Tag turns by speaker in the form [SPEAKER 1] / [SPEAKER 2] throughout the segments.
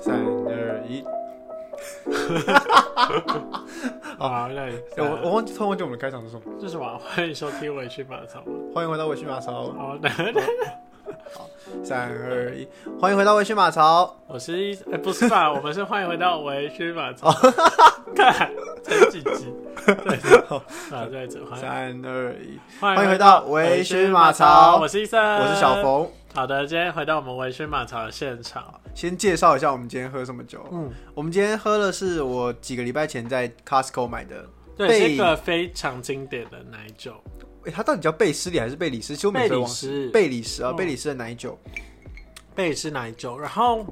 [SPEAKER 1] 三二一，
[SPEAKER 2] 好，那你
[SPEAKER 1] 哎我我忘记突然忘记我们的开场是什么。
[SPEAKER 2] 这是什么？ 欢迎收听《委屈马槽》。哦
[SPEAKER 1] 欢迎回到微醺马槽，
[SPEAKER 2] 好的，
[SPEAKER 1] 三二一，欢迎回到微醺马槽。
[SPEAKER 2] 我是一，哎、不是吧？ 我们是欢迎回到《委屈马槽》。 看，这几 集，对，啊，对，这欢迎
[SPEAKER 1] 三二一，
[SPEAKER 2] 欢
[SPEAKER 1] 哎迎回到微醺马槽
[SPEAKER 2] 我是医生，
[SPEAKER 1] 我是小。冯。
[SPEAKER 2] 好的，今天回到我们《委屈马槽》的现场。
[SPEAKER 1] 先介绍一下我们今天喝什么酒。
[SPEAKER 2] 嗯，
[SPEAKER 1] 我们今天喝的是我几个礼拜前在 Costco 买的。
[SPEAKER 2] 对，
[SPEAKER 1] 贝
[SPEAKER 2] 是一个非常经典的奶酒，
[SPEAKER 1] 诶它到底叫贝斯里还是贝里斯？其实我每
[SPEAKER 2] 贝
[SPEAKER 1] 次都
[SPEAKER 2] 里
[SPEAKER 1] 忘记
[SPEAKER 2] 斯，
[SPEAKER 1] 贝里斯啊，
[SPEAKER 2] 嗯
[SPEAKER 1] 贝里斯的奶酒。
[SPEAKER 2] 贝是奶酒，然后，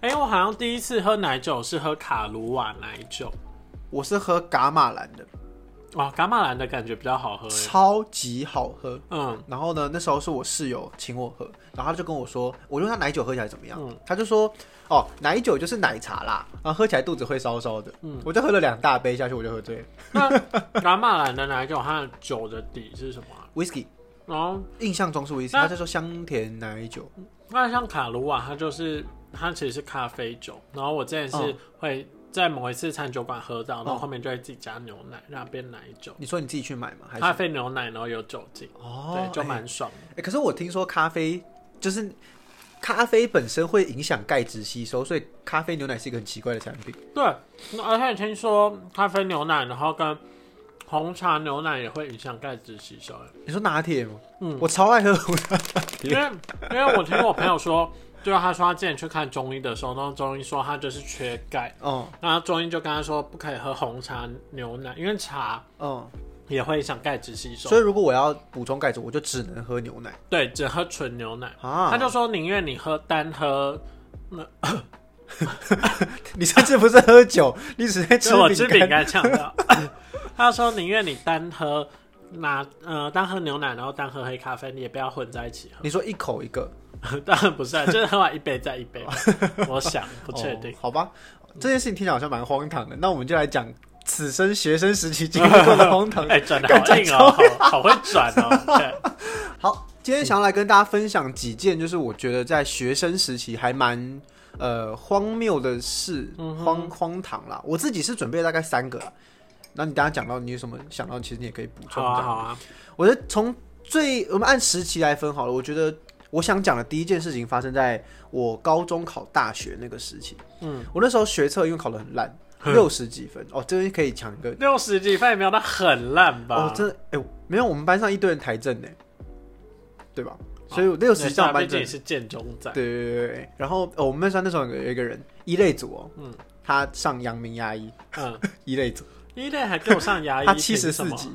[SPEAKER 2] 哎、我好像第一次喝奶酒是喝卡鲁瓦奶酒，
[SPEAKER 1] 我是喝伽马兰的，
[SPEAKER 2] 哇，伽马兰的感觉比较好喝耶，
[SPEAKER 1] 超级好喝。
[SPEAKER 2] 嗯，
[SPEAKER 1] 然后呢，那时候是我室友请我喝，然后他就跟我说，我就问他奶酒喝起来怎么样，
[SPEAKER 2] 嗯
[SPEAKER 1] 他就说，哦，奶酒就是奶茶啦，然后喝起来肚子会烧烧的。
[SPEAKER 2] 嗯
[SPEAKER 1] 我就喝了两大杯下去，我就喝醉了。
[SPEAKER 2] 伽马兰的奶酒它的酒的底是什么啊、
[SPEAKER 1] Whisky，
[SPEAKER 2] 然后，
[SPEAKER 1] 印象中是 Whisky，
[SPEAKER 2] 那
[SPEAKER 1] 他就说香甜奶酒。
[SPEAKER 2] 那像卡鲁瓦，它就是它其实是咖啡酒，然后我之前是
[SPEAKER 1] 嗯
[SPEAKER 2] 会在某一次餐酒馆喝到，然后
[SPEAKER 1] 嗯
[SPEAKER 2] 后面就会自己加牛奶，让它变奶酒，
[SPEAKER 1] 你说你自己去买嗯吗？还是
[SPEAKER 2] 咖啡牛奶，然后有酒精，
[SPEAKER 1] 哦，
[SPEAKER 2] 对，就
[SPEAKER 1] 哎
[SPEAKER 2] 蛮爽的。
[SPEAKER 1] 哎、可是我听说咖啡就是咖啡本身会影响钙质吸收，所以咖啡牛奶是一个很奇怪的产品。
[SPEAKER 2] 对，而且你听说咖啡牛奶，然后跟红茶牛奶也会影响钙质吸收耶，
[SPEAKER 1] 你说拿铁吗？
[SPEAKER 2] 嗯
[SPEAKER 1] 我超爱喝。
[SPEAKER 2] 因为 因为我听我朋友说，就是他说他之前去看中医的时候，然后中医说他就是缺钙，
[SPEAKER 1] 哦
[SPEAKER 2] 然后中医就跟他说不可以喝红茶牛奶，因为茶
[SPEAKER 1] 哦，
[SPEAKER 2] 也会影响钙质吸收
[SPEAKER 1] 所，以如果我要补充钙质，我就只能喝牛奶
[SPEAKER 2] 对，只喝纯牛奶。
[SPEAKER 1] 啊。
[SPEAKER 2] 他就说宁愿你喝单 喝，
[SPEAKER 1] 你上次不是喝 酒，你只在吃
[SPEAKER 2] 就我啊吃
[SPEAKER 1] 饼
[SPEAKER 2] 饼
[SPEAKER 1] 干。
[SPEAKER 2] 干呛到。 他说宁愿你单喝拿呃单喝牛奶，然后单喝黑咖啡，你也不要混在一起喝。
[SPEAKER 1] 你说一口一个，
[SPEAKER 2] 当然不是、啊，就是喝 完一杯再一 杯吧。我想不确定
[SPEAKER 1] 哦，好吧？这件事情听起来好像蛮荒唐的，那我们就来讲此生学生时期经历过的荒 唐。
[SPEAKER 2] 哎、转的好硬哦，好好会转 哦。对，
[SPEAKER 1] 好，今天想要来跟大家分享几件，就是我觉得在学生时期还蛮呃荒谬的事，
[SPEAKER 2] 嗯哼
[SPEAKER 1] 荒荒唐啦。我自己是准备了大概三个啦，那你等一下讲到你有什么想到，其实你也可以补充。
[SPEAKER 2] 好啊，好啊，
[SPEAKER 1] 我觉得从最我们按时期来分好了，我觉得我想讲的第一件事情发生在我高中考大学那个时期。
[SPEAKER 2] 嗯，
[SPEAKER 1] 我那时候学测因为考得很烂，六十几分哦，这边可以抢一个
[SPEAKER 2] 六十几分也没有到很烂吧？
[SPEAKER 1] 哦，真的哎、没有我们班上一堆人台政呢，对吧？所以我六
[SPEAKER 2] 六
[SPEAKER 1] 十
[SPEAKER 2] 十
[SPEAKER 1] 以上
[SPEAKER 2] 上
[SPEAKER 1] 班
[SPEAKER 2] 毕竟
[SPEAKER 1] 政
[SPEAKER 2] 也，是建中仔
[SPEAKER 1] 对，对对对。然后哦，我们班上那时候有一个人一类组哦，
[SPEAKER 2] 嗯
[SPEAKER 1] 他上阳明牙医
[SPEAKER 2] 嗯，
[SPEAKER 1] 一类组，
[SPEAKER 2] 一类还给我上牙医，
[SPEAKER 1] 他七十四
[SPEAKER 2] 凭什么
[SPEAKER 1] 级，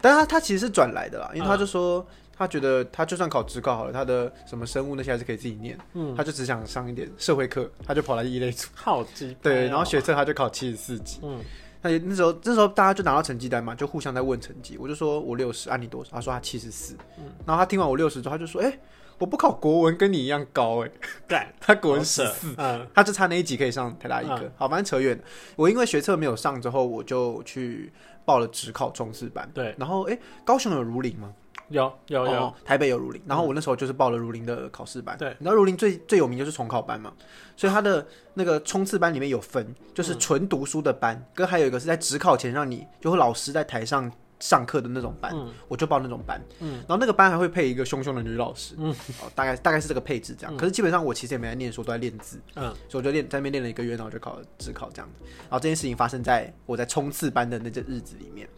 [SPEAKER 1] 但是他他其实是转来的啦，因为他
[SPEAKER 2] 嗯
[SPEAKER 1] 就说。他觉得他就算考职高好了，他的什么生物那些还是可以自己念，
[SPEAKER 2] 嗯，
[SPEAKER 1] 他就只想上一点社会课，他就跑来一类组。
[SPEAKER 2] 好鸡、哦，
[SPEAKER 1] 对，然后学测他就考七十四级。
[SPEAKER 2] 嗯
[SPEAKER 1] 那那时候那时候大家就拿到成绩单嘛，就互相在问成绩。我就说我六十，啊你多少？他说他七十四。
[SPEAKER 2] 嗯
[SPEAKER 1] 然后他听完我六十之后，他就说：“哎、我不考国文跟你一样高哎、
[SPEAKER 2] 干，
[SPEAKER 1] 他国文
[SPEAKER 2] 好
[SPEAKER 1] 十
[SPEAKER 2] 扯
[SPEAKER 1] 四，
[SPEAKER 2] 嗯
[SPEAKER 1] 他就差那一级可以上台大一科。好，反正扯远了。我因为学测没有上之后，我就去报了职考冲刺班。
[SPEAKER 2] 对，
[SPEAKER 1] 然后哎、高雄有如林吗？
[SPEAKER 2] 有有有，
[SPEAKER 1] 哦，台北有如林，然后我那时候就是报了如林的考试班。
[SPEAKER 2] 对
[SPEAKER 1] 你知道如林最最有名就是重考班嘛，所以他的那个冲刺班里面有分，就是
[SPEAKER 2] 嗯
[SPEAKER 1] 纯读书的班，跟还有一个是在职考前让你就会老师在台上上课的那种班，
[SPEAKER 2] 嗯
[SPEAKER 1] 我就报那种班。嗯，然后那个班还会配一个凶凶的女老师，嗯，哦，大概大概是这个配置这样。可是基本上我其实也没在念书，都在练字，
[SPEAKER 2] 嗯，
[SPEAKER 1] 所以我就练在那边练了一个月，然后就考了职考这样子。然后这件事情发生在我在冲刺班的那阵日子里面。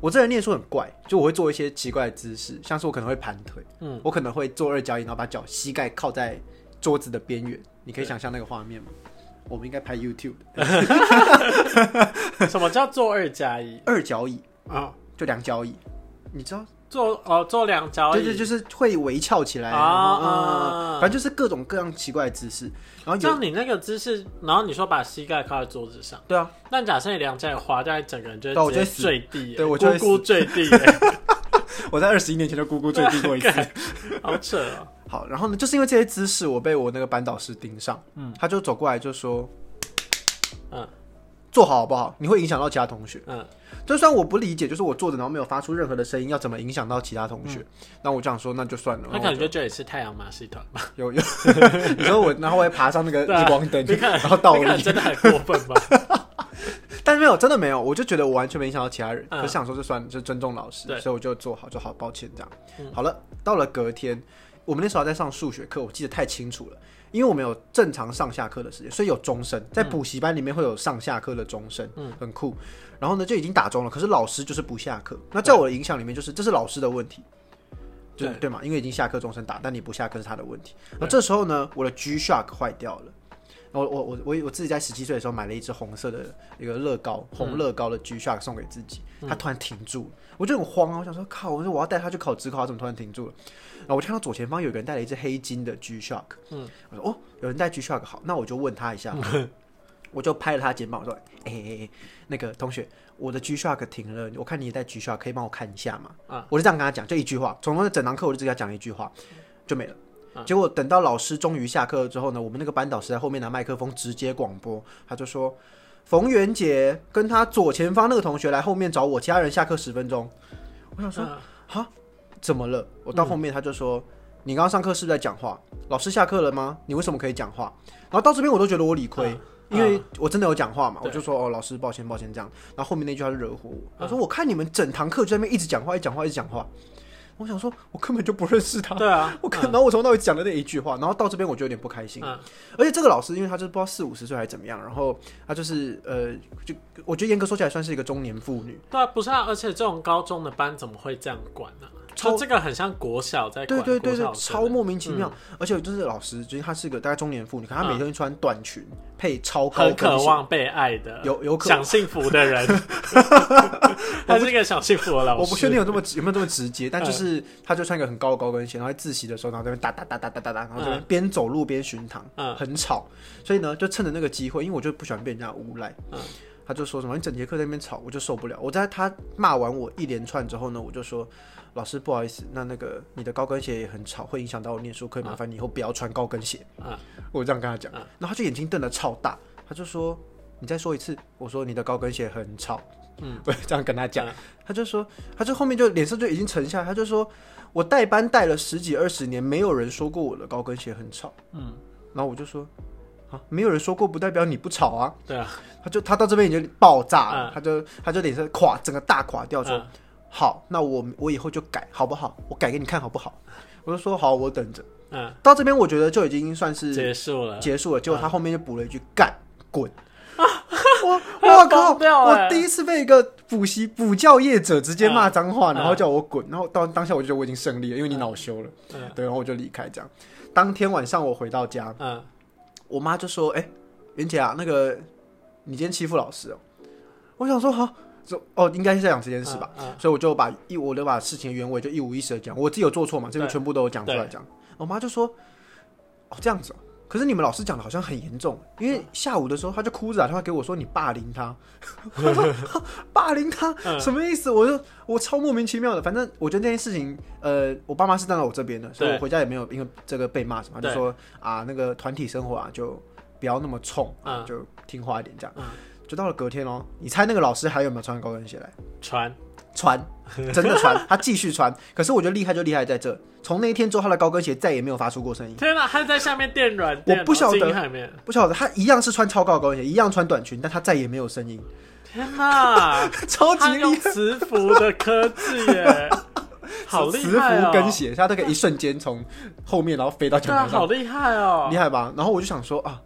[SPEAKER 1] 我这人念书很怪，就我会做一些奇怪的姿势，像是我可能会盘腿，嗯，我可能会做二角椅，然后把脚膝盖靠在桌子的边缘。你可以想象那个画面吗？我们应该拍 YouTube 的
[SPEAKER 2] 什么叫做二加一
[SPEAKER 1] 二角椅，
[SPEAKER 2] 啊？
[SPEAKER 1] 就两角椅，你知道？
[SPEAKER 2] 做哦做两交
[SPEAKER 1] 对
[SPEAKER 2] 易，
[SPEAKER 1] 对，就是会围翘起来，
[SPEAKER 2] 啊
[SPEAKER 1] 然后
[SPEAKER 2] 啊
[SPEAKER 1] 嗯，反正就是各种各样奇怪的姿势。然后
[SPEAKER 2] 这
[SPEAKER 1] 有
[SPEAKER 2] 样你那个姿势，然后你说把膝盖靠在桌子上，
[SPEAKER 1] 对啊，
[SPEAKER 2] 但假设你两脚有滑下来，整个人就
[SPEAKER 1] 对我
[SPEAKER 2] 会
[SPEAKER 1] 就会
[SPEAKER 2] 直接
[SPEAKER 1] 死
[SPEAKER 2] 坠地耶，
[SPEAKER 1] 对我就会
[SPEAKER 2] 咕咕坠地 耶，
[SPEAKER 1] 我在二十一年前就咕咕坠地过一次，
[SPEAKER 2] 好扯哦。
[SPEAKER 1] 好，然后呢，就是因为这些姿势，我被我那个班导师盯上，嗯，他就走过来就说，
[SPEAKER 2] 嗯，
[SPEAKER 1] 做好好不好，你会影响到其他同学。
[SPEAKER 2] 嗯
[SPEAKER 1] 就算我不理解，就是我坐着然后没有发出任何的声音，要怎么影响到其他同学？那我这样说，那就算了。
[SPEAKER 2] 嗯那
[SPEAKER 1] 然
[SPEAKER 2] 可
[SPEAKER 1] 后
[SPEAKER 2] 能就这里是太阳马戏团吧？
[SPEAKER 1] 有有， 你说我，然后我还爬上那个
[SPEAKER 2] 对啊
[SPEAKER 1] 日光灯，
[SPEAKER 2] 你看，
[SPEAKER 1] 然后倒
[SPEAKER 2] 你看
[SPEAKER 1] 立，
[SPEAKER 2] 真的很过分吧？
[SPEAKER 1] 但是没有，真的没有，我就觉得我完全没影响到其他人，
[SPEAKER 2] 嗯
[SPEAKER 1] 我就想说就算了，就尊重老师
[SPEAKER 2] 对，嗯
[SPEAKER 1] 所以我就做好就好，抱歉这样。好了，到了隔天，我们那时候还在上数学课，我记得太清楚了，因为我们有正常上下课的时间，所以有钟声，在补习班里面会有上下课的钟声，嗯，很酷。然后呢，就已经打钟了，可是老师就是不下课。那在我的影响里面，就是这是老师的问题。对对嘛，因为已经下课钟声打，但你不下课是他的问题。那这时候呢，我的 G Shock 坏掉了。然后我我我我自己在十七岁的时候买了一只红色的一个乐高红乐高的 G Shock 送给自己，它突然停住了，我就很慌啊！我想说靠，我说我要带它去考职考，它怎么突然停住了？然后我就看到左前方有个人带了一只黑金的 G Shock，嗯，我说哦，有人带 G Shock 好，那我就问他一下， 我就拍了他肩膀，我说哎、哎哎，那个同学，我的 G Shock 停了，我看你也带 G Shock，可以帮我看一下吗？啊，我就这样跟他讲，就一句话，从头到整堂课我就只给他讲一句话，就没了。结果等到老师终于下课之后呢，我们那个班导师在后面拿麦克风直接广播，他就说：“冯元杰跟他左前方那个同学来后面找我，其他人下课十分钟。” 我想说
[SPEAKER 2] 嗯
[SPEAKER 1] 怎么了？我到后面他就说：“你刚刚上课是不是在讲话？老师下课了吗？你为什么可以讲话？”然后到这边我都觉得我理亏，
[SPEAKER 2] 嗯
[SPEAKER 1] 因为我真的有讲话嘛，我就说哦，老师，抱歉，抱歉，这样。然后后面那句话就惹火我，他说我看你们整堂课就在那边一直讲话，一直讲话，一直讲话。我想说，我根本就不认识他，
[SPEAKER 2] 对啊，
[SPEAKER 1] 我看，然后我从头到尾讲的那一句话，然后到这边我就有点不开心。
[SPEAKER 2] 嗯
[SPEAKER 1] 而且这个老师，因为他就是不知道四五十岁还是怎么样，然后他就是呃，就我觉得严格说起来算是一个中年妇女。
[SPEAKER 2] 对啊，不是啊，而且这种高中的班怎么会这样管呢、
[SPEAKER 1] 超
[SPEAKER 2] 就这个很像国小在
[SPEAKER 1] 对
[SPEAKER 2] 管
[SPEAKER 1] 对对
[SPEAKER 2] 国
[SPEAKER 1] 对
[SPEAKER 2] 小，生
[SPEAKER 1] 超莫名其妙。
[SPEAKER 2] 嗯
[SPEAKER 1] 而且就是老师，就是她是个大概中年妇女，可她每天穿短裙配超高
[SPEAKER 2] 很
[SPEAKER 1] 跟
[SPEAKER 2] 渴
[SPEAKER 1] 鞋。
[SPEAKER 2] 望被爱的，
[SPEAKER 1] 有有渴
[SPEAKER 2] 想幸福 的人， 他是一个嗯想幸福的老师。
[SPEAKER 1] 我不确定有这么有没有这么直接，但就是她就穿一个很高的高跟鞋，然后在自习的时候，然后在那边哒哒哒哒哒哒哒，然后这边边走路边巡堂，
[SPEAKER 2] 嗯
[SPEAKER 1] 很吵。所以呢，就趁着那个机会，因为我就不喜欢被人家诬赖，
[SPEAKER 2] 嗯
[SPEAKER 1] 他就说什么你整节课在那边吵，我就受不了。我在他骂完我一连串之后呢，我就说老师不好意思，那那个你的高跟鞋也很吵，会影响到我念书，可以麻
[SPEAKER 2] 嗯
[SPEAKER 1] 烦你以后不要穿高跟鞋。
[SPEAKER 2] 啊，
[SPEAKER 1] 我这样跟他讲，然后他就眼睛瞪得超大，他就说：“你再说一次。”我说：“你的高跟鞋很吵。”嗯，我这样跟他讲，他就说，他就后面就脸色就已经沉下来，他就说：“我带班带了十几二十年，没有人说过我的高跟鞋很吵。”
[SPEAKER 2] 嗯，
[SPEAKER 1] 然后我就说：“啊，没有人说过，不代表你不吵啊。
[SPEAKER 2] 对啊，”
[SPEAKER 1] 他就他到这边已经爆炸了，
[SPEAKER 2] 嗯
[SPEAKER 1] 他就他就脸色垮，整个大垮掉，说：“
[SPEAKER 2] 嗯
[SPEAKER 1] 好，那我我以后就改好不好？我改给你看好不好？”我就说：“好，我等着。”
[SPEAKER 2] 嗯，
[SPEAKER 1] 到这边我觉得就已经算是
[SPEAKER 2] 结束了，
[SPEAKER 1] 结束了，
[SPEAKER 2] 嗯
[SPEAKER 1] 结果他后面就补了一句“干滚”， 我我 靠！
[SPEAKER 2] 啊疯掉欸
[SPEAKER 1] 我第一次被一个补习补教业者直接骂脏话，
[SPEAKER 2] 嗯
[SPEAKER 1] 然后叫我滚，然后当当下我就觉得我已经胜利了，因为你恼羞了，
[SPEAKER 2] 嗯
[SPEAKER 1] 对，然后我就离开这样。当天晚上我回到家，
[SPEAKER 2] 嗯，
[SPEAKER 1] 我妈就说：“哎、袁姐啊，那个你今天欺负老师哦。”我想说：“哈，这哦，应该是在讲这件事吧。
[SPEAKER 2] 嗯？
[SPEAKER 1] 所以我就把一我就把事情的原委就一五一十的讲，我自己有做错嘛，这边全部都有讲出来讲。我妈就说：“哦，这样子哦。”可是你们老师讲的好像很严重，因为下午的时候他就哭着打电话给我说：“你霸凌 他。”我说哈：“霸凌他
[SPEAKER 2] 嗯
[SPEAKER 1] 什么意思？”我就我超莫名其妙的。反正我觉得这件事情，呃，我爸妈是站在我这边的，所以我
[SPEAKER 2] 对
[SPEAKER 1] 回家也没有因为这个被骂什么，就
[SPEAKER 2] 对
[SPEAKER 1] 说啊那个团体生活啊就不要那么冲啊，
[SPEAKER 2] 嗯
[SPEAKER 1] 就听话一点这样
[SPEAKER 2] 嗯。
[SPEAKER 1] 就到了隔天哦，你猜那个老师还有没有穿高跟鞋来？
[SPEAKER 2] 嗯传
[SPEAKER 1] 穿，真的穿， 他继续穿。可是我觉得厉害就厉害在这，从那一天之后，他的高跟鞋再也没有发出过声音。
[SPEAKER 2] 天哪，他在下面垫软
[SPEAKER 1] 我
[SPEAKER 2] 垫，
[SPEAKER 1] 不晓得
[SPEAKER 2] 然后进海面，
[SPEAKER 1] 不晓得他一样是穿超高的高跟鞋，一样穿短裙，但他再也没有声音，
[SPEAKER 2] 天哪，
[SPEAKER 1] 超级
[SPEAKER 2] 他
[SPEAKER 1] 厉
[SPEAKER 2] 用
[SPEAKER 1] 害。
[SPEAKER 2] 磁浮的科技耶，好厉害
[SPEAKER 1] 磁
[SPEAKER 2] 哦！
[SPEAKER 1] 浮跟鞋，他都可以一瞬间从后面然后飞到
[SPEAKER 2] 对
[SPEAKER 1] 讲
[SPEAKER 2] 啊，
[SPEAKER 1] 台上，
[SPEAKER 2] 好厉害哦
[SPEAKER 1] 厉！害吧？然后我就想说啊，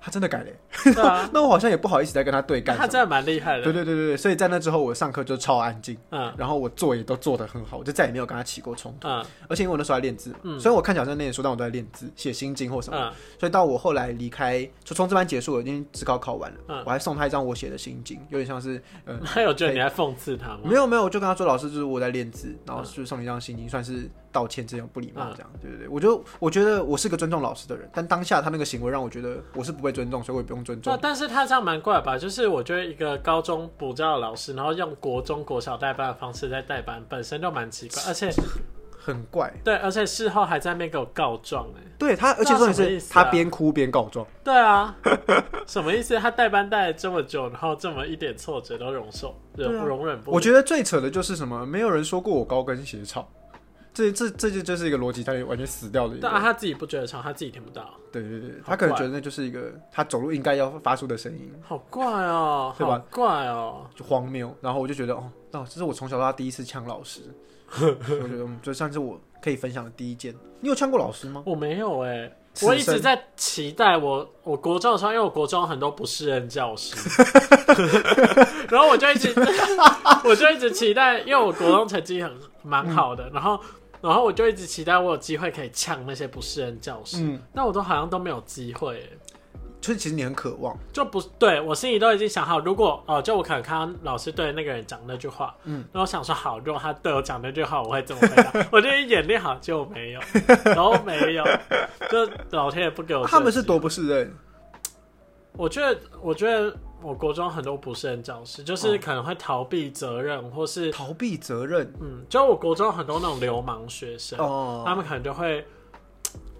[SPEAKER 1] 他真的改了耶，
[SPEAKER 2] 对啊，
[SPEAKER 1] 那我好像也不好意思再跟他对 干
[SPEAKER 2] 他
[SPEAKER 1] 什么。
[SPEAKER 2] 真的蛮厉害
[SPEAKER 1] 对
[SPEAKER 2] 的。
[SPEAKER 1] 对对对对，所以在那之后，我上课就超安静，
[SPEAKER 2] 嗯
[SPEAKER 1] 然后我做也都做得很好，我就再也没有跟他起过冲突。
[SPEAKER 2] 嗯
[SPEAKER 1] 而且因为我那时候还练字嘛，虽然我看起来好像在念书，但我都在练字、写心经或什么的。
[SPEAKER 2] 嗯
[SPEAKER 1] 所以到我后来离开，就从这班结束，我已经职考考完了，
[SPEAKER 2] 嗯
[SPEAKER 1] 我还送他一张我写的心经，有点像是呃，
[SPEAKER 2] 他有觉得你在讽刺他吗？
[SPEAKER 1] 没有没有，我就跟他说老师，就是我在练字，然后
[SPEAKER 2] 嗯
[SPEAKER 1] 就送你一张心经，算是道歉，这种不礼貌这样，对对对，我就我觉得我是个尊重老师的人，但当下他那个行为让我觉得我是不被尊重，所以我也不用尊重
[SPEAKER 2] 那。但是他这样蛮怪的吧？就是我觉得一个高中补 教的老师，然后用国中、国小代班的方式在代班，本身就蛮奇怪，而且
[SPEAKER 1] 很怪。
[SPEAKER 2] 对，而且事后还在那边给我告状哎、
[SPEAKER 1] 对他，而且重点
[SPEAKER 2] 什么意
[SPEAKER 1] 是
[SPEAKER 2] 思啊
[SPEAKER 1] 他边哭边告状，
[SPEAKER 2] 对啊， 什么意思？他带班带了这么久，然后这么一点挫折都容受，容、
[SPEAKER 1] 对啊
[SPEAKER 2] 容忍不了
[SPEAKER 1] 我觉得最扯的就是什么，没有人说过我高跟鞋吵，这这这就就是一个逻辑，他完全死掉的一
[SPEAKER 2] 但啊，
[SPEAKER 1] 个。
[SPEAKER 2] 他自己不觉得吵，他自己听不到，
[SPEAKER 1] 对对对，
[SPEAKER 2] 好
[SPEAKER 1] 他可能
[SPEAKER 2] 怪
[SPEAKER 1] 觉得那就是一个他走路应该要发出的声音，
[SPEAKER 2] 好怪哦、
[SPEAKER 1] 对
[SPEAKER 2] 好
[SPEAKER 1] 吧
[SPEAKER 2] 怪哦、
[SPEAKER 1] 就荒谬。然后我就觉得，哦，那这是我从小到大第一次呛老 师，所以我觉得嗯就算是我可以分享的第一件。你有呛过老师吗？
[SPEAKER 2] 我没有哎、
[SPEAKER 1] 此
[SPEAKER 2] 我一直
[SPEAKER 1] 生
[SPEAKER 2] 在期待我，我国中的时候，因为我国中很多不是任教师，然后我就一直， 我就一直期待，因为我国中成绩很蛮好的，然后，然后我就一直期待我有机会可以呛那些不是任教师，
[SPEAKER 1] 嗯，
[SPEAKER 2] 但我都好像都没有机会、欸
[SPEAKER 1] 就是其实你很渴望，
[SPEAKER 2] 就不对我心里都已经想好，如果哦、就我可能看到老师对那个人讲那句话，嗯
[SPEAKER 1] 嗯，
[SPEAKER 2] 然后我想说好，如果他对我讲那句话，我会怎么回 答？我就演练好，结果没有，然后没有，就老天爷不给我这个机
[SPEAKER 1] 他
[SPEAKER 2] 会。
[SPEAKER 1] 们是多不是人，
[SPEAKER 2] 我觉得，我觉得我国中很多不是很教师，
[SPEAKER 1] 哦
[SPEAKER 2] 就是可能会逃避责任，或是
[SPEAKER 1] 逃避责任
[SPEAKER 2] 嗯，就我国中很多那种流氓学生，他
[SPEAKER 1] 哦。
[SPEAKER 2] 们可能就会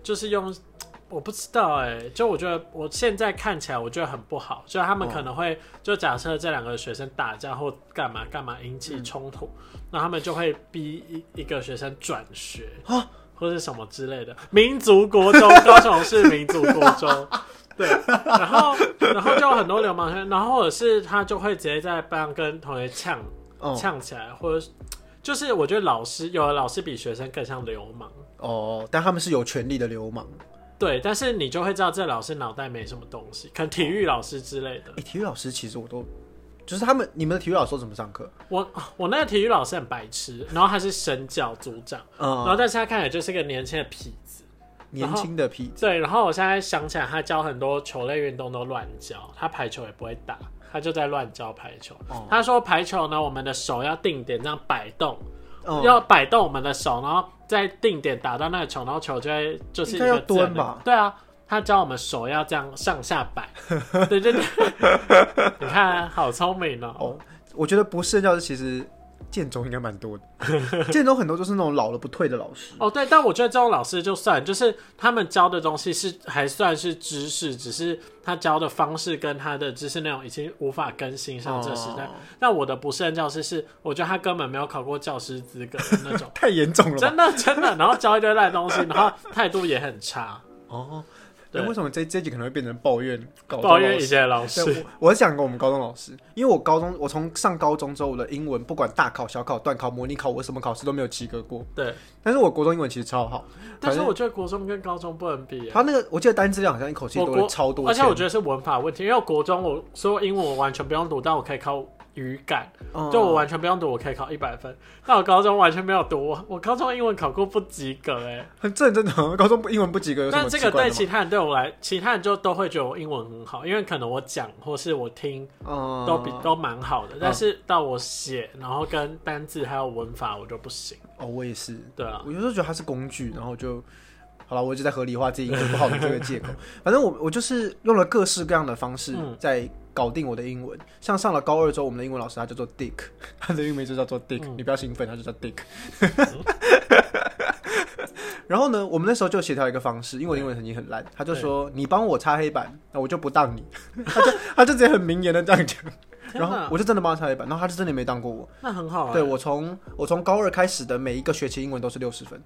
[SPEAKER 2] 就是用，我不知道哎、就我觉得我现在看起来我觉得很不好，就他们可能会、就假设这两个学生打架或干嘛干嘛引起冲突，
[SPEAKER 1] 嗯
[SPEAKER 2] 那、他们就会逼一一个学生转学
[SPEAKER 1] 啊
[SPEAKER 2] 或是什么之类的。民族国中，高雄市民族国中。 对，然后然后就有很多流氓学生，然后或者是他就会直接在班上跟同学呛
[SPEAKER 1] 哦
[SPEAKER 2] 呛起来，或者是就是我觉得老师有的老师比学生更像流氓，
[SPEAKER 1] 哦，但他们是有权利的流氓。
[SPEAKER 2] 对，但是你就会知道这老师脑袋没什么东西，可能体育老师之类的。
[SPEAKER 1] 诶，体育老师其实我都，就是他们你们的体育老师都怎么上课？
[SPEAKER 2] 我我那个体育老师很白痴，然后他是神教组长，啊然
[SPEAKER 1] 嗯，
[SPEAKER 2] 后但是他看起来就是个年轻的痞子。
[SPEAKER 1] 年轻的痞子
[SPEAKER 2] 对，然后我现在想起来，他教很多球类运动都乱教，他排球也不会打，他就在乱教排球。
[SPEAKER 1] 哦
[SPEAKER 2] 他说排球呢，我们的手要定点这样摆动，
[SPEAKER 1] 嗯
[SPEAKER 2] 要摆动我们的手，然后在定点打到那个球，然后球就会就是
[SPEAKER 1] 应
[SPEAKER 2] 一
[SPEAKER 1] 该
[SPEAKER 2] 个
[SPEAKER 1] 要蹲
[SPEAKER 2] 正的
[SPEAKER 1] 吧
[SPEAKER 2] 对啊，他教我们手要这样上下 摆。对对对，你看好聪明哦。
[SPEAKER 1] 哦，我觉得不是任教师其实建中应该蛮多的， 建中很多就是那种老了不退的老师。
[SPEAKER 2] 哦，对，但我觉得这种老师就算，就是他们教的东西是还算是知识，只是他教的方式跟他的知识内容已经无法更新上这时代。
[SPEAKER 1] 哦，
[SPEAKER 2] 但我的不是任教师是，我觉得他根本没有考过教师资格的那种
[SPEAKER 1] 太严重了吧？
[SPEAKER 2] 真的真的，然后教一堆烂东西，然后态度也很差，
[SPEAKER 1] 哦，
[SPEAKER 2] 对
[SPEAKER 1] 那为什么这这集可能会变成抱怨？搞
[SPEAKER 2] 抱怨以
[SPEAKER 1] 一下。
[SPEAKER 2] 前的老师
[SPEAKER 1] 对，我我是讲给我们高中老师，因为我高中我从上高中之后，我的英文不管大考、小考、段考、模拟考，我什么考试都没有及格过。
[SPEAKER 2] 对。
[SPEAKER 1] 但是我国中英文其实超好，
[SPEAKER 2] 但
[SPEAKER 1] 反
[SPEAKER 2] 是
[SPEAKER 1] 正
[SPEAKER 2] 我觉得国中跟高中不能比耶，
[SPEAKER 1] 他那个我记得单词量好像一口气
[SPEAKER 2] 我
[SPEAKER 1] 多
[SPEAKER 2] 国
[SPEAKER 1] 了超多
[SPEAKER 2] 而
[SPEAKER 1] 千，
[SPEAKER 2] 且我觉得是文法问题，因为我国中我所有英文我完全不用读，但我可以考语感。
[SPEAKER 1] 嗯
[SPEAKER 2] 就我完全不用读，我可以考一百分。但我高中完全没有读，我我高中英文考过不及格哎、
[SPEAKER 1] 很正正常，高中不英文不及格有什
[SPEAKER 2] 但
[SPEAKER 1] 么
[SPEAKER 2] 这
[SPEAKER 1] 奇
[SPEAKER 2] 个
[SPEAKER 1] 怪
[SPEAKER 2] 对
[SPEAKER 1] 的吗？
[SPEAKER 2] 其他人对我来，其他人就都会觉得我英文很好，因为可能我讲或是我听
[SPEAKER 1] 嗯
[SPEAKER 2] 都比、都蛮好的。但是到我写，然后跟单字还有文法，我就不行。
[SPEAKER 1] 哦，我也是，
[SPEAKER 2] 对啊，
[SPEAKER 1] 我有时候觉得它是工具，然后就好了，我就在合理化自己英文不好的这个借口。 反正我我就是用了各式各样的方式
[SPEAKER 2] 嗯
[SPEAKER 1] 在搞定我的英文。像上了高二之后，我们的英文老师他叫做 Dick，他 的英文名就叫做 Dick，、你不要
[SPEAKER 2] 嗯
[SPEAKER 1] 兴奋，他就叫 Dick。然后呢，我们那时候就协调一个方式，因为我的英文成绩很烂，他就说你帮我擦黑板，那我就不当你。 他就他就直接很明言的这样讲，
[SPEAKER 2] 天
[SPEAKER 1] 然后
[SPEAKER 2] 哪，
[SPEAKER 1] 我就真的帮他擦黑板，然后他就真的没当过我。
[SPEAKER 2] 那很好啊。
[SPEAKER 1] 对我从我从高二开始的每一个学期英文都是六十分，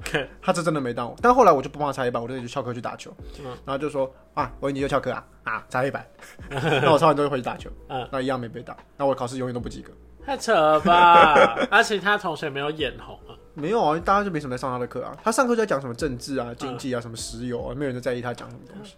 [SPEAKER 2] OK，
[SPEAKER 1] 他这真的没当我。但后来我就不帮他擦黑板，我就自己去翘课去打球，
[SPEAKER 2] 嗯
[SPEAKER 1] 然后就说啊，我你就翘课啊啊擦 黑板，那我擦完之后就回去打球，
[SPEAKER 2] 嗯
[SPEAKER 1] 那一样没被打，那我考试永远都不及格。
[SPEAKER 2] 太扯了吧？ 而且他同学没有眼红啊。嗯
[SPEAKER 1] 没有啊，大家就没什么在上他的课啊，他上课就在讲什么政治啊、经济啊、什么石油啊，没有人在在意他讲什么东西。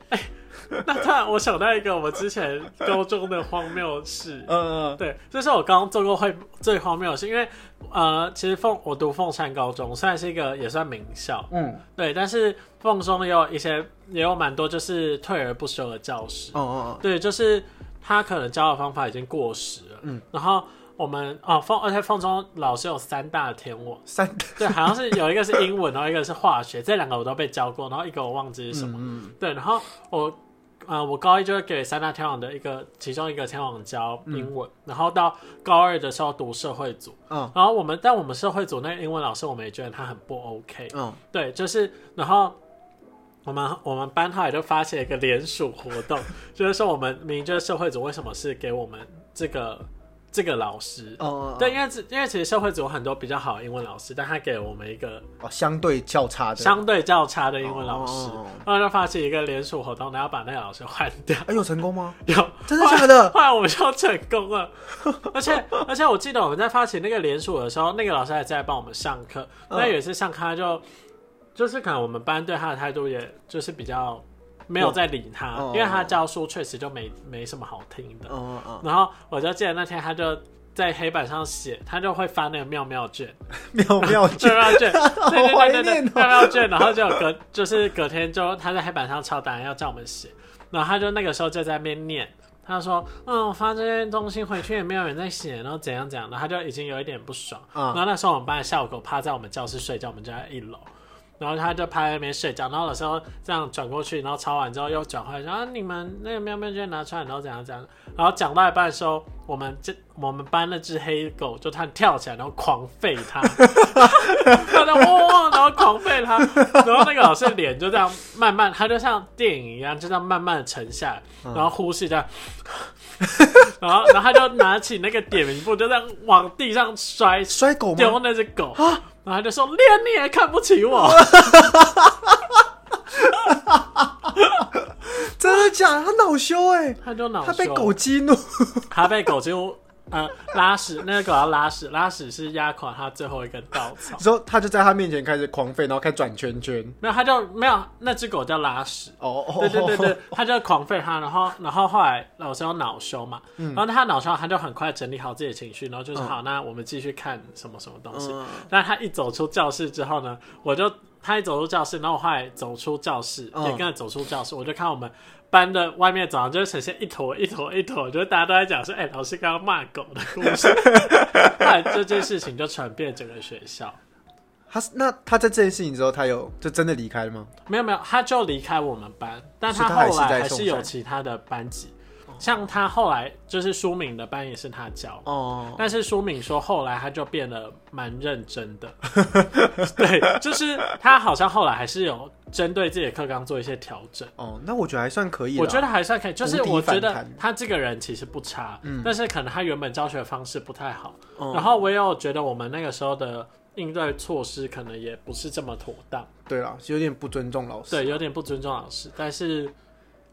[SPEAKER 2] 那他，我想到一个我之前高中的荒谬事。
[SPEAKER 1] 嗯、
[SPEAKER 2] 对，这是我刚刚做过会最荒谬的事，因为呃，其实凤我读凤山高中，虽然是一个也算名校，
[SPEAKER 1] 嗯
[SPEAKER 2] 对，但是凤中也有一些也有蛮多就是退而不休的教师，
[SPEAKER 1] 嗯嗯
[SPEAKER 2] 对，就是他可能教的方法已经过时了，嗯
[SPEAKER 1] 嗯，
[SPEAKER 2] 然后我们哦凤，而且凤中老师有三大天王，
[SPEAKER 1] 三
[SPEAKER 2] 对，好像是有一个是英文，然后一个是化学，这两个我都被教过，然后一个我忘记是什么。
[SPEAKER 1] 嗯嗯
[SPEAKER 2] 对，然后我呃，我高一就会给三大天王的一个其中一个天王教英文，然后到高二的时候读社会组，
[SPEAKER 1] 嗯
[SPEAKER 2] 然后我们但我们社会组那个英文老师，我们也觉得他很不 OK，
[SPEAKER 1] 嗯，
[SPEAKER 2] 对，就是然后我们我们班号也就发起了一个联署活动， 就是说我们明明就是社会组为什么是给我们这个这个老师？
[SPEAKER 1] 哦，
[SPEAKER 2] 对，因为只因为其实社会组有很多比较好的英文老师，但他给我们一个
[SPEAKER 1] 哦，相对较差的，
[SPEAKER 2] 相对较差的英文老师，
[SPEAKER 1] 哦哦哦
[SPEAKER 2] 然后就发起一个联署活动，然后把那个老师换 掉。
[SPEAKER 1] 哎，有成功吗？
[SPEAKER 2] 有
[SPEAKER 1] 真的假的？
[SPEAKER 2] 后来我们就成功了， 而且而且我记得我们在发起那个联署的时候，那个老师还在帮我们上课。
[SPEAKER 1] 嗯
[SPEAKER 2] 那有一次上课，他就就是可能我们班对他的态度，也就是比较没有在理他，
[SPEAKER 1] 嗯嗯
[SPEAKER 2] 因为他教书确实就没没什么好听的。
[SPEAKER 1] 嗯嗯
[SPEAKER 2] 然后我就记得那天他就在黑板上写，他就会翻那个妙妙卷，
[SPEAKER 1] 嗯，妙妙
[SPEAKER 2] 妙
[SPEAKER 1] 卷，
[SPEAKER 2] 妙卷，对
[SPEAKER 1] 好怀
[SPEAKER 2] 对对对
[SPEAKER 1] 念
[SPEAKER 2] 对，
[SPEAKER 1] 哦
[SPEAKER 2] 妙妙卷，然后就有隔就是隔天就他在黑板上抄答案要叫我们写，然后他就那个时候就在那边念，他说，嗯，我发这些东西回去也没有人在写，然后怎样怎样，然后他就已经有一点不爽，
[SPEAKER 1] 嗯
[SPEAKER 2] 然后那时候我们班的校狗趴在我们教室睡觉，我们就在一楼。然后他就趴在那边睡觉，然后有时候这样转过去，然后抄完之后又转回来，说啊你们那个喵喵卷拿出来，然后怎样怎样，然后讲到一半的时候，我们这我们班那只黑狗就突然跳起来，然后狂吠它，他就汪汪，然后狂吠他， 然后那个老师脸就这样慢慢，他就像电影一样，就这样慢慢的沉下来，
[SPEAKER 1] 嗯
[SPEAKER 2] 然后呼吸这样， 然后然后他就拿起那个点名簿，就这样往地上摔，
[SPEAKER 1] 摔狗吗？
[SPEAKER 2] 丢那只狗，
[SPEAKER 1] 啊
[SPEAKER 2] 然后他就说连你也看不 起我，
[SPEAKER 1] 真的假的？他恼羞哎，
[SPEAKER 2] 他就恼羞，
[SPEAKER 1] 他被狗激怒，
[SPEAKER 2] 他被狗几乎呃拉屎，那个狗要拉屎，拉屎是压垮他最后一根稻草。
[SPEAKER 1] 之后他就在他面前开始狂吠，然后开始转圈圈。
[SPEAKER 2] 没有，他就没有那只狗叫拉屎，
[SPEAKER 1] 哦哦，
[SPEAKER 2] 对对对对，他就狂吠他，然后然后后来老师有恼羞嘛，
[SPEAKER 1] 嗯
[SPEAKER 2] 然后他恼羞，他就很快整理好自己的情绪，然后就是好，那我们继续看什么什么东西
[SPEAKER 1] 嗯。
[SPEAKER 2] 但他一走出教室之后呢，我就他一走出教室，然后我后来走出教室，
[SPEAKER 1] 嗯
[SPEAKER 2] 也跟着走出教室，我就看我们。班的外面早上就会呈现一坨一坨一坨，就是大家都在讲说，哎、老师刚刚骂狗的故 事。后来这件事情就传遍整个学校，
[SPEAKER 1] 他是那他在这件事情之后，他有就真的离开了吗？
[SPEAKER 2] 没有没有，他就离开我们班，但
[SPEAKER 1] 所以
[SPEAKER 2] 他
[SPEAKER 1] 他还
[SPEAKER 2] 后
[SPEAKER 1] 是
[SPEAKER 2] 来
[SPEAKER 1] 在
[SPEAKER 2] 还
[SPEAKER 1] 松
[SPEAKER 2] 是有
[SPEAKER 1] 山
[SPEAKER 2] 其他的班级，像他后来就是舒敏的班也是他教，
[SPEAKER 1] 哦，
[SPEAKER 2] 但是舒敏说后来他就变得蛮认真的， 对，就是他好像后来还是有针对自己的课纲做一些调整。
[SPEAKER 1] 哦，那我觉得还算可以啦。
[SPEAKER 2] 我觉得还算可以，就是
[SPEAKER 1] 无敌
[SPEAKER 2] 我觉
[SPEAKER 1] 反
[SPEAKER 2] 得
[SPEAKER 1] 弹
[SPEAKER 2] 他这个人其实不差，但是可能他原本教学方式不太好，
[SPEAKER 1] 嗯
[SPEAKER 2] 然后我也有觉得我们那个时候的应对措施可能也不是这么妥当，
[SPEAKER 1] 对啦，有点不尊重老师，
[SPEAKER 2] 对，有点不尊重老师，但是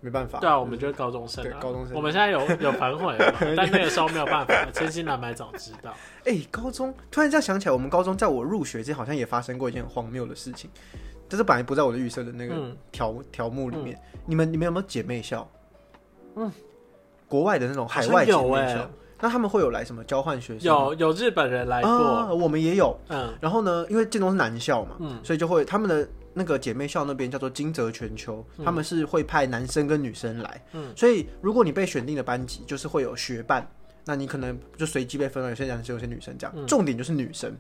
[SPEAKER 1] 没办法。
[SPEAKER 2] 对啊，我们就是高中生
[SPEAKER 1] 对
[SPEAKER 2] 啊，
[SPEAKER 1] 高中生
[SPEAKER 2] 我们现在有有反悔 了嘛，但那个时候没有办法，千金难买早知道。
[SPEAKER 1] 哎、高中突然这样想起来，我们高中在我入学之前好像也发生过一件很荒谬的事情，但是本来不在我的预设的那个
[SPEAKER 2] 嗯
[SPEAKER 1] 条条、目里面。你们你们有没有姐妹校？嗯，国外的那种海
[SPEAKER 2] 好像
[SPEAKER 1] 外姐
[SPEAKER 2] 有
[SPEAKER 1] 妹
[SPEAKER 2] 欸
[SPEAKER 1] 校，那他们会有来什么交换学生？
[SPEAKER 2] 有有日本人来
[SPEAKER 1] 啊，
[SPEAKER 2] 过，
[SPEAKER 1] 我们也有。
[SPEAKER 2] 嗯，
[SPEAKER 1] 然后呢，因为建中是男校嘛，
[SPEAKER 2] 嗯
[SPEAKER 1] 所以就会他们的那个姐妹校那边叫做金泽全球，他们是会派男生跟女生来，
[SPEAKER 2] 嗯
[SPEAKER 1] 所以如果你被选定的班级，就是会有学伴。那你可能就随机被分了，有些男生，有些女生这样。重点就是女生，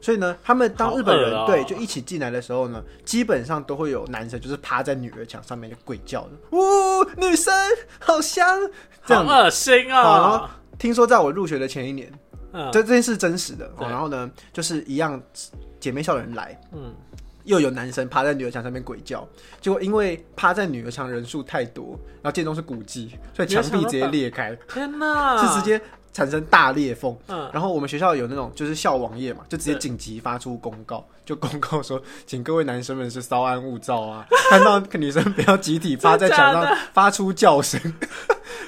[SPEAKER 1] 所以呢，他们当日本人、
[SPEAKER 2] 嗯好恶哦
[SPEAKER 1] 对就一起进来的时候呢，基本上都会有男生就是趴在女儿墙上面就鬼叫的，呜、女生好香这
[SPEAKER 2] 好
[SPEAKER 1] 样。
[SPEAKER 2] 恶心
[SPEAKER 1] 好啊然后
[SPEAKER 2] 哦，
[SPEAKER 1] 听说在我入学的前一年，
[SPEAKER 2] 嗯
[SPEAKER 1] 这这件事真实的。哦
[SPEAKER 2] 对
[SPEAKER 1] 然后呢，就是一样姐妹校的人来，
[SPEAKER 2] 嗯，
[SPEAKER 1] 又有男生趴在女儿墙上面鬼叫，结果因为趴在女儿墙人数太多，然后建中是古迹，所以墙壁直接裂开，
[SPEAKER 2] 天哪，
[SPEAKER 1] 是直接产生大裂缝。
[SPEAKER 2] 啊嗯
[SPEAKER 1] 然后我们学校有那种就是校网页嘛，就直接紧急发出公告，就公告说，请各位男生们是稍安勿躁啊，看到女生不要集体趴在墙
[SPEAKER 2] 真的
[SPEAKER 1] 上发出叫声。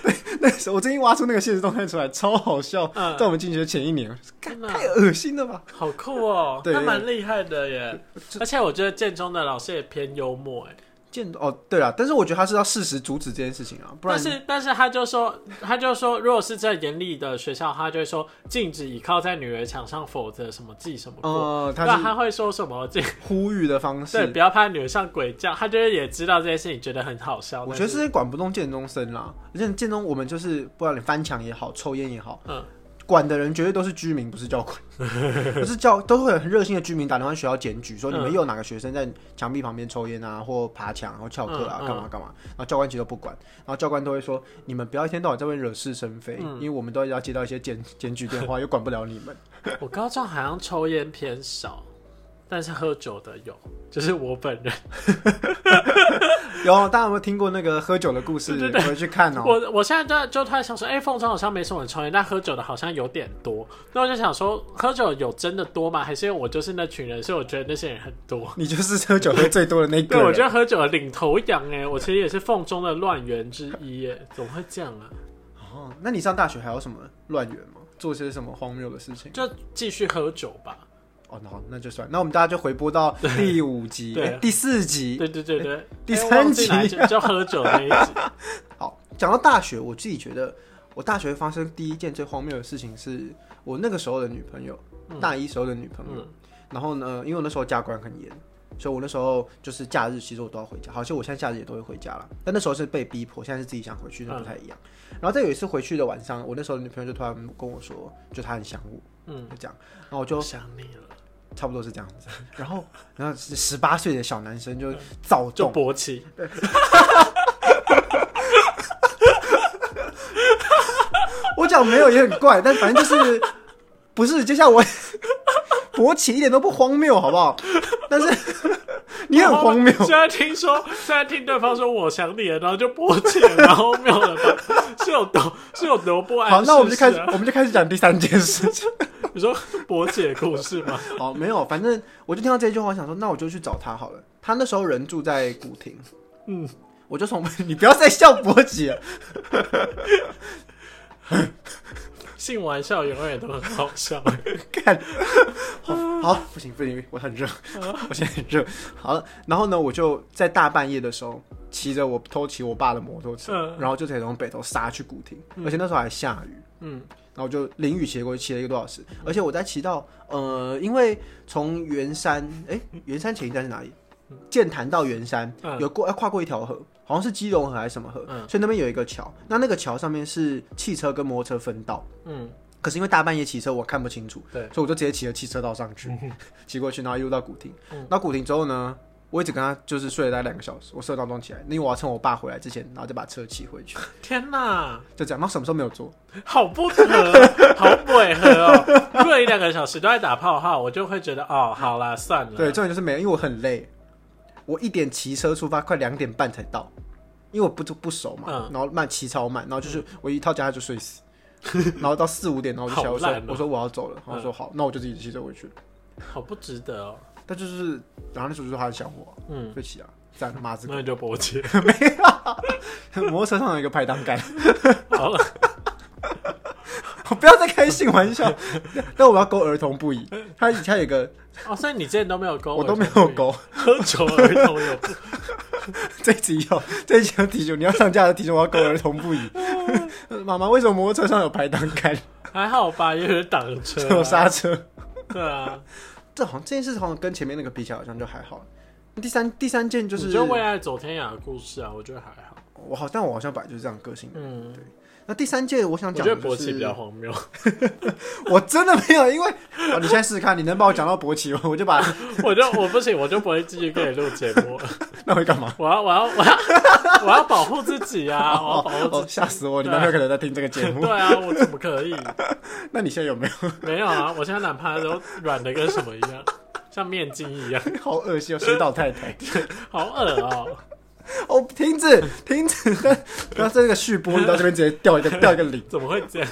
[SPEAKER 1] 对，那时候我最近挖出那个现实动态出来，超好笑。
[SPEAKER 2] 嗯
[SPEAKER 1] 在我们进学前一年，
[SPEAKER 2] 天哪，
[SPEAKER 1] 太恶心了吧？
[SPEAKER 2] 好酷哦，
[SPEAKER 1] 对
[SPEAKER 2] 他蛮厉害的耶，而且我觉得建中的老师也偏幽默哎，
[SPEAKER 1] 见哦，对了，但是我觉得他是要适时阻止这件事情啊，不然
[SPEAKER 2] 但是但是他就说他就说，如果是在严厉的学校，他就会说禁止倚靠在女儿墙上，否则什么记什么过，
[SPEAKER 1] 呃，
[SPEAKER 2] 对
[SPEAKER 1] 他
[SPEAKER 2] 啊，
[SPEAKER 1] 是
[SPEAKER 2] 他会说什么禁
[SPEAKER 1] 呼吁的方
[SPEAKER 2] 对，
[SPEAKER 1] 式，
[SPEAKER 2] 不要怕女儿像鬼叫，他就是也知道这件事情，觉得很好笑。
[SPEAKER 1] 我觉
[SPEAKER 2] 但
[SPEAKER 1] 得这是管不动建中生啦。而且建中我们就是不管你翻墙也好，抽烟也好，
[SPEAKER 2] 嗯，
[SPEAKER 1] 管的人绝对都是居民，不是教 官，不是教都会有很热心的居民打电话学校检举，说你们又
[SPEAKER 2] 嗯
[SPEAKER 1] 有哪个学生在墙壁旁边抽烟啊，或爬墙，然后翘课啊，
[SPEAKER 2] 嗯嗯
[SPEAKER 1] 干嘛干嘛。然后教官其实都不管，然后教官都会说你们不要一天到晚在外面惹是生非，
[SPEAKER 2] 嗯
[SPEAKER 1] 因为我们都要接到一些检检举电话，又管不了你们。
[SPEAKER 2] 我高中好像抽烟偏少，但是喝酒的有， 就是我本人。
[SPEAKER 1] 有大家有没有听过那个喝酒的故 事？回去看哦。
[SPEAKER 2] 我我现在在就突然想说，哎、凤中好像没什么人抽烟，但喝酒的好像有点多。那我就想说，喝酒有真的多吗？还是因为我就是那群人，所以我觉得那些人很多。
[SPEAKER 1] 你就是喝酒喝最多的那个
[SPEAKER 2] 对，
[SPEAKER 1] 人。
[SPEAKER 2] 我觉得喝酒的领头羊哎、我其实也是凤中的乱源之一哎、怎么会这样啊？
[SPEAKER 1] 哦，那你上大学还有什么乱源吗？做些什么荒谬的事情？
[SPEAKER 2] 就继续喝酒吧。
[SPEAKER 1] 哦，那好，那就算。那我们大家就回播到第五集、
[SPEAKER 2] 对
[SPEAKER 1] 诶第四集。
[SPEAKER 2] 对对对对，
[SPEAKER 1] 第
[SPEAKER 2] 哎
[SPEAKER 1] 三
[SPEAKER 2] 忘记
[SPEAKER 1] 集
[SPEAKER 2] 哪一就喝酒那 一集。
[SPEAKER 1] 好，讲到大学，我自己觉得我大学发生第一件最荒谬的事情是，我那个时候的女朋友，
[SPEAKER 2] 嗯
[SPEAKER 1] 大一时候的女朋友。然后呢，因为我那时候家管很严，所以我那时候就是假日其实我都要回家。好，像我现在假日也都会回家了，但那时候是被逼迫，现在是自己想回去，那不太一样。然后再有一次回去的晚上，我那时候的女朋友就突然跟我说，就她很想我，
[SPEAKER 2] 嗯，
[SPEAKER 1] 就这样。然后我就
[SPEAKER 2] 想你了，
[SPEAKER 1] 差不多是这样 子。然后，然后十八岁的小男生就躁动，
[SPEAKER 2] 就勃起。
[SPEAKER 1] 我讲没有也很怪，但反正就是不是？接下来我 勃起一点都不荒谬，好不好？但是 你很荒 谬，
[SPEAKER 2] 现在听说，现在听对方说我想你了，然后就勃起了，然后谬了吧？是有多 是有多不安、
[SPEAKER 1] 好，那我们就开
[SPEAKER 2] 是
[SPEAKER 1] 始
[SPEAKER 2] 啊，
[SPEAKER 1] 我们就开始讲第三件事情。
[SPEAKER 2] 你说勃起的故事吗？
[SPEAKER 1] 好，哦没有，反正我就听到这句话，我想说，那我就去找他好了。他那时候人住在古亭，
[SPEAKER 2] 嗯，
[SPEAKER 1] 我就从 你不要再笑伯吉了，
[SPEAKER 2] 性玩笑永远都很好笑。
[SPEAKER 1] 看，好，
[SPEAKER 2] 嗯
[SPEAKER 1] 好，不行不行，我很热， 我现在很热。好了，然后呢，我就在大半夜的时候，骑着我偷骑我爸的摩托车，
[SPEAKER 2] 嗯
[SPEAKER 1] 然后就得从北头杀去古亭，而且那时候还下雨。
[SPEAKER 2] 嗯
[SPEAKER 1] 然后我就淋雨骑过去，骑了一个多小时，而且我在骑到呃，因为从圆山，哎，圆山前一站是哪里？剑潭到圆山
[SPEAKER 2] 嗯
[SPEAKER 1] 有过要跨过一条河，好像是基隆河还是什么河，
[SPEAKER 2] 嗯
[SPEAKER 1] 所以那边有一个桥。那那个桥上面是汽车跟摩托车分道，
[SPEAKER 2] 嗯，
[SPEAKER 1] 可是因为大半夜骑车我看不清楚，
[SPEAKER 2] 对，
[SPEAKER 1] 所以我就直接骑了汽车道上去， 骑过去，然后一路到古亭。
[SPEAKER 2] 嗯
[SPEAKER 1] 到古亭之后呢，我一直跟他就是睡了大概两个小时，我设闹钟起来，因为我要趁我爸回来之前，然后再把车骑回去，
[SPEAKER 2] 天哪，
[SPEAKER 1] 就这样。然后什么时候没有做？
[SPEAKER 2] 好 不合，好不违和哦。如果一两个小时都在打炮的话，我就会觉得哦，好啦，算了。
[SPEAKER 1] 对，重点就是没有，因为我很累，我一点骑车出发，快两点半才到，因为我不不熟嘛，
[SPEAKER 2] 嗯
[SPEAKER 1] 然后慢骑超慢，然后就是我一到家就睡死， 然后到四五点，然后我就起来，我
[SPEAKER 2] 好烂
[SPEAKER 1] 说
[SPEAKER 2] 哦
[SPEAKER 1] 我说我要走了，然后说好，那我就自己骑车回去。
[SPEAKER 2] 好不值得哦。
[SPEAKER 1] 但就是，然后那时候就说他很想我，
[SPEAKER 2] 嗯，
[SPEAKER 1] 就骑啊，这样妈子
[SPEAKER 2] 那你就勃起。
[SPEAKER 1] 摩托车上有一个排挡杆，
[SPEAKER 2] 好了，
[SPEAKER 1] 我不要再开性玩笑，但我要勾儿童不宜，他以前有一 个
[SPEAKER 2] 哦，所以你之前都没有勾，
[SPEAKER 1] 我都没有勾，
[SPEAKER 2] 喝酒儿童有
[SPEAKER 1] 这一集有，这一集有提醒你要上架的提醒我要勾儿童 不宜。妈妈，为什么摩托车上有排挡杆？
[SPEAKER 2] 还好吧，有人挡车、
[SPEAKER 1] 只
[SPEAKER 2] 啊，
[SPEAKER 1] 有刹车。
[SPEAKER 2] 对啊，
[SPEAKER 1] 这好像这件事好像跟前面那个比起来，好像就还好。第三第三件就
[SPEAKER 2] 就是就为爱走天涯的故事啊，我觉得还好。
[SPEAKER 1] 我好，但我好像本来就是这样个性。
[SPEAKER 2] 嗯，
[SPEAKER 1] 那第三件我
[SPEAKER 2] 我
[SPEAKER 1] 想
[SPEAKER 2] 觉
[SPEAKER 1] 讲
[SPEAKER 2] 得
[SPEAKER 1] 的就
[SPEAKER 2] 勃起比较
[SPEAKER 1] 是，
[SPEAKER 2] 荒谬。
[SPEAKER 1] 我真的没有，因为、啊、你现在试试看，你能把我讲到勃起吗？ 我就把
[SPEAKER 2] 我就我不行，我就不会继续跟你录节 目了。
[SPEAKER 1] 那会干嘛？
[SPEAKER 2] 我要我要我要我要保护自己啊！ 我要
[SPEAKER 1] 哦
[SPEAKER 2] 保护
[SPEAKER 1] 哦，
[SPEAKER 2] 自己。
[SPEAKER 1] 吓死我！你男朋友可能在听这个节目
[SPEAKER 2] 对。啊，我怎么可以？
[SPEAKER 1] 那你现在有 没
[SPEAKER 2] 没有啊，我现在哪怕都软的跟什么一样， 像面筋一样，
[SPEAKER 1] 有？好恶心哦，水岛太太。
[SPEAKER 2] 好恶哦、
[SPEAKER 1] 哦，停止，停止！ 然后这个续播，你到这边直接掉一个掉一个零。
[SPEAKER 2] 怎么会这样？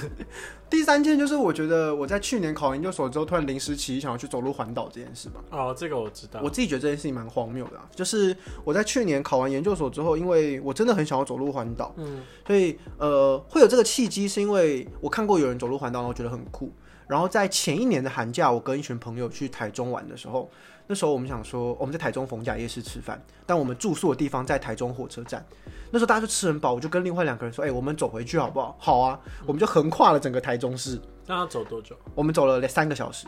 [SPEAKER 1] 第三件就是我觉得我在去年考研究所之后，突然临时起意想要去走路环岛这件事吧。
[SPEAKER 2] 哦，这个我知道
[SPEAKER 1] 我。自己觉得这件事情蛮荒谬的、啊，就是我在去年考完研究所之后，因为我真的很想要走路环岛，
[SPEAKER 2] 嗯
[SPEAKER 1] 所以呃会有这个契机，是因为我看过有人走路环岛，然后觉得很酷。然后在前一年的寒假，我跟一群朋友去台中玩的时候，那时候我们想说我们在台中逢甲夜市吃饭，但我们住宿的地方在台中火车站。那时候大家就吃很饱，我就跟另外两个人说：“哎、我们走回去好不好？”好啊，我们就横跨了整个台中市。
[SPEAKER 2] 那要走多久？
[SPEAKER 1] 我们走了三个 小时，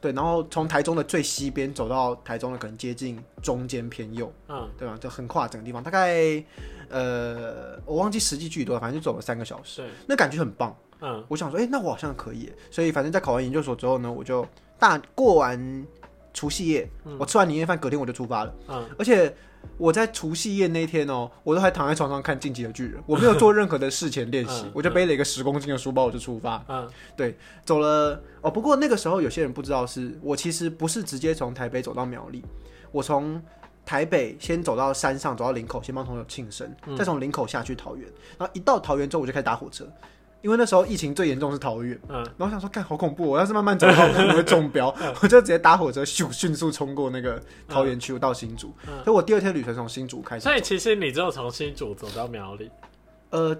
[SPEAKER 1] 对，然后从台中的最西边走到台中的可能接近中间偏右，
[SPEAKER 2] 嗯，
[SPEAKER 1] 对吧？就横跨整个地方，大概呃，我忘记实际距离多少，反正就走了三个小时，
[SPEAKER 2] 是，
[SPEAKER 1] 那感觉很棒。
[SPEAKER 2] 嗯，
[SPEAKER 1] 我想说，哎、那我好像可以耶，所以反正在考完研究所之后呢，我就大过完除夕夜，我吃完年夜饭，隔天我就出发了。
[SPEAKER 2] 嗯，
[SPEAKER 1] 而且我在除夕夜那一天哦，我都还躺在床上看《进击的巨人》，我没有做任何的事前练习，
[SPEAKER 2] 嗯
[SPEAKER 1] 我就背了一个十公斤的书包，我就出发。
[SPEAKER 2] 嗯，
[SPEAKER 1] 对，走了哦。不过那个时候有些人不知道是，我其实不是直接从台北走到苗栗，我从台北先走到山上，走到林口，先帮同学庆生，
[SPEAKER 2] 嗯
[SPEAKER 1] 再从林口下去桃园。然后一到桃园之后，我就开始打火车，因为那时候疫情最严重是桃园。
[SPEAKER 2] 嗯，
[SPEAKER 1] 然后我想说，干好恐怖、哦！我要是慢慢走的话，我可能会中 标。我就直接打火车，咻，迅速冲过那个桃园区，我到新竹。所以我第二天旅程从新竹开始。
[SPEAKER 2] 嗯所以其实你只有从新竹走到苗栗，
[SPEAKER 1] 呃，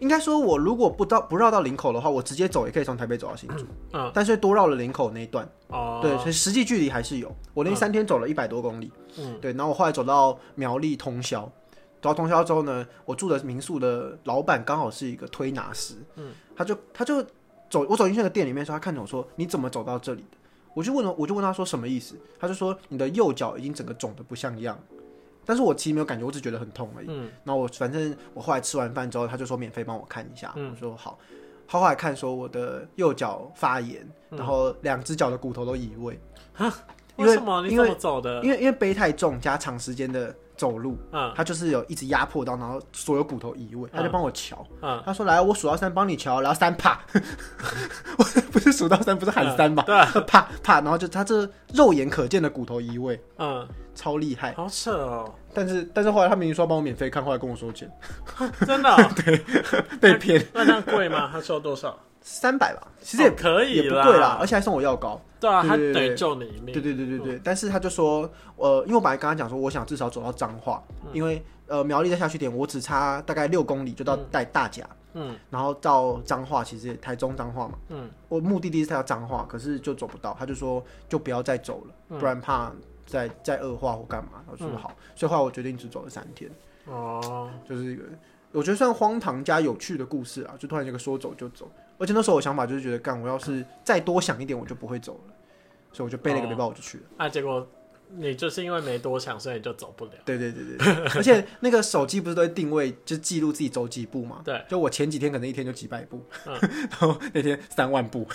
[SPEAKER 1] 应该说，我如果不到不绕到林口的话，我直接走也可以从台北走到新竹。
[SPEAKER 2] 嗯，
[SPEAKER 1] 但是多绕了林口那一段。
[SPEAKER 2] 哦，
[SPEAKER 1] 对，所以实际距离还是有。我那三天走了一百多公里，
[SPEAKER 2] 嗯，
[SPEAKER 1] 对，然后我后来走到苗栗通宵，走到通宵之后呢，我住的民宿的老板刚好是一个推拿师，嗯，他就他就走，我走进去那个店里面的时候，他看着我说：“你怎么走到这里的？”我就问了，我就问他说什么意思，他就说：“你的右脚已经整个肿的不像样。”但是我其实没有感觉，我只觉得很痛而已。嗯，然后我反正我后来吃完饭之后，他就说免费帮我看一下，我说好。他后来看说我的右脚发炎，
[SPEAKER 2] 嗯
[SPEAKER 1] 然后两只脚的骨头都移位，因为
[SPEAKER 2] 为什么你怎么走的？
[SPEAKER 1] 因为因为背太重加长时间的走路，
[SPEAKER 2] 嗯
[SPEAKER 1] 他就是有一直压迫到，然后所有骨头移位，他就帮我瞧。
[SPEAKER 2] 嗯，
[SPEAKER 1] 他说：“来，我数到三，帮你瞧。”然后三啪， 我不是数到三，不是喊三嘛？
[SPEAKER 2] 对啊，
[SPEAKER 1] 啪啪，然后就他这肉眼可见的骨头移位，
[SPEAKER 2] 嗯，
[SPEAKER 1] 超厉害。
[SPEAKER 2] 好扯 哦，
[SPEAKER 1] 但是但是后来他明明说要帮我免费看，后来跟我收钱，
[SPEAKER 2] 真的哦
[SPEAKER 1] 被骗
[SPEAKER 2] 那那贵吗？他收多少？
[SPEAKER 1] 三百吧，其实也
[SPEAKER 2] 哦可以
[SPEAKER 1] 也不
[SPEAKER 2] 啦
[SPEAKER 1] 贵啦，而且还送我药膏。
[SPEAKER 2] 对啊，
[SPEAKER 1] 对
[SPEAKER 2] 他
[SPEAKER 1] 对对
[SPEAKER 2] 等于救你一命。
[SPEAKER 1] 对对对对对，
[SPEAKER 2] 嗯
[SPEAKER 1] 但是他就说，呃，因为我本来跟他讲说，我想至少走到彰化，
[SPEAKER 2] 嗯
[SPEAKER 1] 因为呃苗栗再下去一点，我只差大概六公里就到带大甲，
[SPEAKER 2] 嗯
[SPEAKER 1] 然后到彰化，其实也台中彰化嘛，
[SPEAKER 2] 嗯，
[SPEAKER 1] 我目的地是到彰化，可是就走不到，他就说就不要再走
[SPEAKER 2] 嗯
[SPEAKER 1] 了，不然怕再再恶化或干嘛，我说好，所以后来我决定只走了三天，
[SPEAKER 2] 哦，
[SPEAKER 1] 就是一个我觉得算荒唐加有趣的故事啊，就突然一个说走就走，而且那时候我想法就是觉得，干我要是再多想一点，我就不会走了，所以我就背了一个背包我就去了。
[SPEAKER 2] 啊，结果你就是因为没多想，所以你就走不了。
[SPEAKER 1] 对对对对 对，而且那个手机不是都会定位，就记录自己走几步嘛？
[SPEAKER 2] 对，嗯
[SPEAKER 1] 就我前几天可能一天就几百步， 然后那天三万步，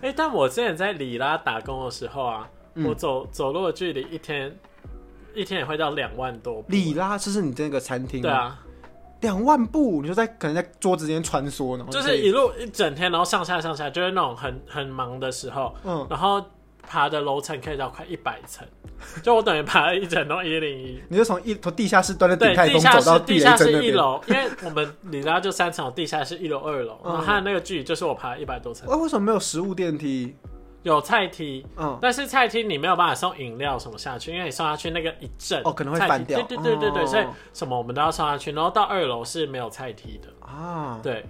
[SPEAKER 2] 哎、但我之前在里拉打工的时候啊，
[SPEAKER 1] 嗯
[SPEAKER 2] 我走走路的距离一天一天也会到两万多步。
[SPEAKER 1] 里拉这是你这个餐厅，
[SPEAKER 2] 对，啊，
[SPEAKER 1] 两万步，你就在可能在桌子之间穿梭呢，然后
[SPEAKER 2] 就是
[SPEAKER 1] 可以
[SPEAKER 2] 一路一整天，然后上下上下，就是那种很很忙的时候，
[SPEAKER 1] 嗯，
[SPEAKER 2] 然后爬的楼层可以到快一百层，就我等于爬了一整栋一零一。
[SPEAKER 1] 你就从一从地下室端着鼎
[SPEAKER 2] 对，
[SPEAKER 1] 泰
[SPEAKER 2] 地
[SPEAKER 1] 丰
[SPEAKER 2] 下
[SPEAKER 1] 走到
[SPEAKER 2] 室
[SPEAKER 1] 地
[SPEAKER 2] 地
[SPEAKER 1] 雷
[SPEAKER 2] 下
[SPEAKER 1] 针
[SPEAKER 2] 室
[SPEAKER 1] 那
[SPEAKER 2] 一
[SPEAKER 1] 边。
[SPEAKER 2] 楼，因为我们里拉就三层，地下室一楼、二楼，然后它的那个距离就是我爬一百多层，
[SPEAKER 1] 啊，为什么没有食物电梯？
[SPEAKER 2] 有菜梯，
[SPEAKER 1] 嗯，
[SPEAKER 2] 但是菜梯你没有办法送饮料什么下去，因为你送下去那个一阵
[SPEAKER 1] 哦可能会翻掉
[SPEAKER 2] 菜梯对对对对对，
[SPEAKER 1] 哦
[SPEAKER 2] 所以什么我们都要送下去，然后到二楼是没有菜梯的。
[SPEAKER 1] 啊，
[SPEAKER 2] 对，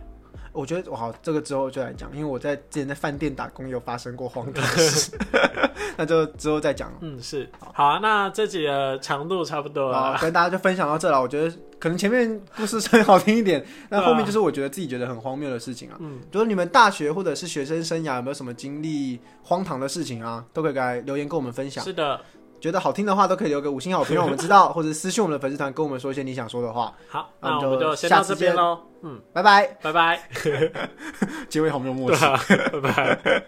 [SPEAKER 1] 我觉得我好，这个之后就来讲，因为我在之前在饭店打工有发生过荒唐事， 那就之后再讲了。
[SPEAKER 2] 嗯，是好啊。那这集的长度差不多
[SPEAKER 1] 好，啊
[SPEAKER 2] 了，
[SPEAKER 1] 跟大家就分享到这了。我觉得可能前面故事 稍微好听一点，那
[SPEAKER 2] 对啊
[SPEAKER 1] 后面就是我觉得自己觉得很荒谬的事情啊。
[SPEAKER 2] 嗯，
[SPEAKER 1] 就是你们大学或者是学生生涯有没有什么经历荒唐的事情啊，都可以来留言跟我们分享。
[SPEAKER 2] 是的，
[SPEAKER 1] 觉得好听的话，都可以留个五星好评，让我们知 道，或者私信我们的粉丝团，跟我们说一些你想说的话。
[SPEAKER 2] 好，
[SPEAKER 1] 那
[SPEAKER 2] 那
[SPEAKER 1] 我们
[SPEAKER 2] 我们
[SPEAKER 1] 就
[SPEAKER 2] 就先
[SPEAKER 1] 下
[SPEAKER 2] 到
[SPEAKER 1] 次
[SPEAKER 2] 这边
[SPEAKER 1] 见
[SPEAKER 2] 喽。嗯，
[SPEAKER 1] 拜拜，
[SPEAKER 2] 拜拜，
[SPEAKER 1] 结尾好没有默
[SPEAKER 2] 对
[SPEAKER 1] 契。
[SPEAKER 2] 啊，拜拜。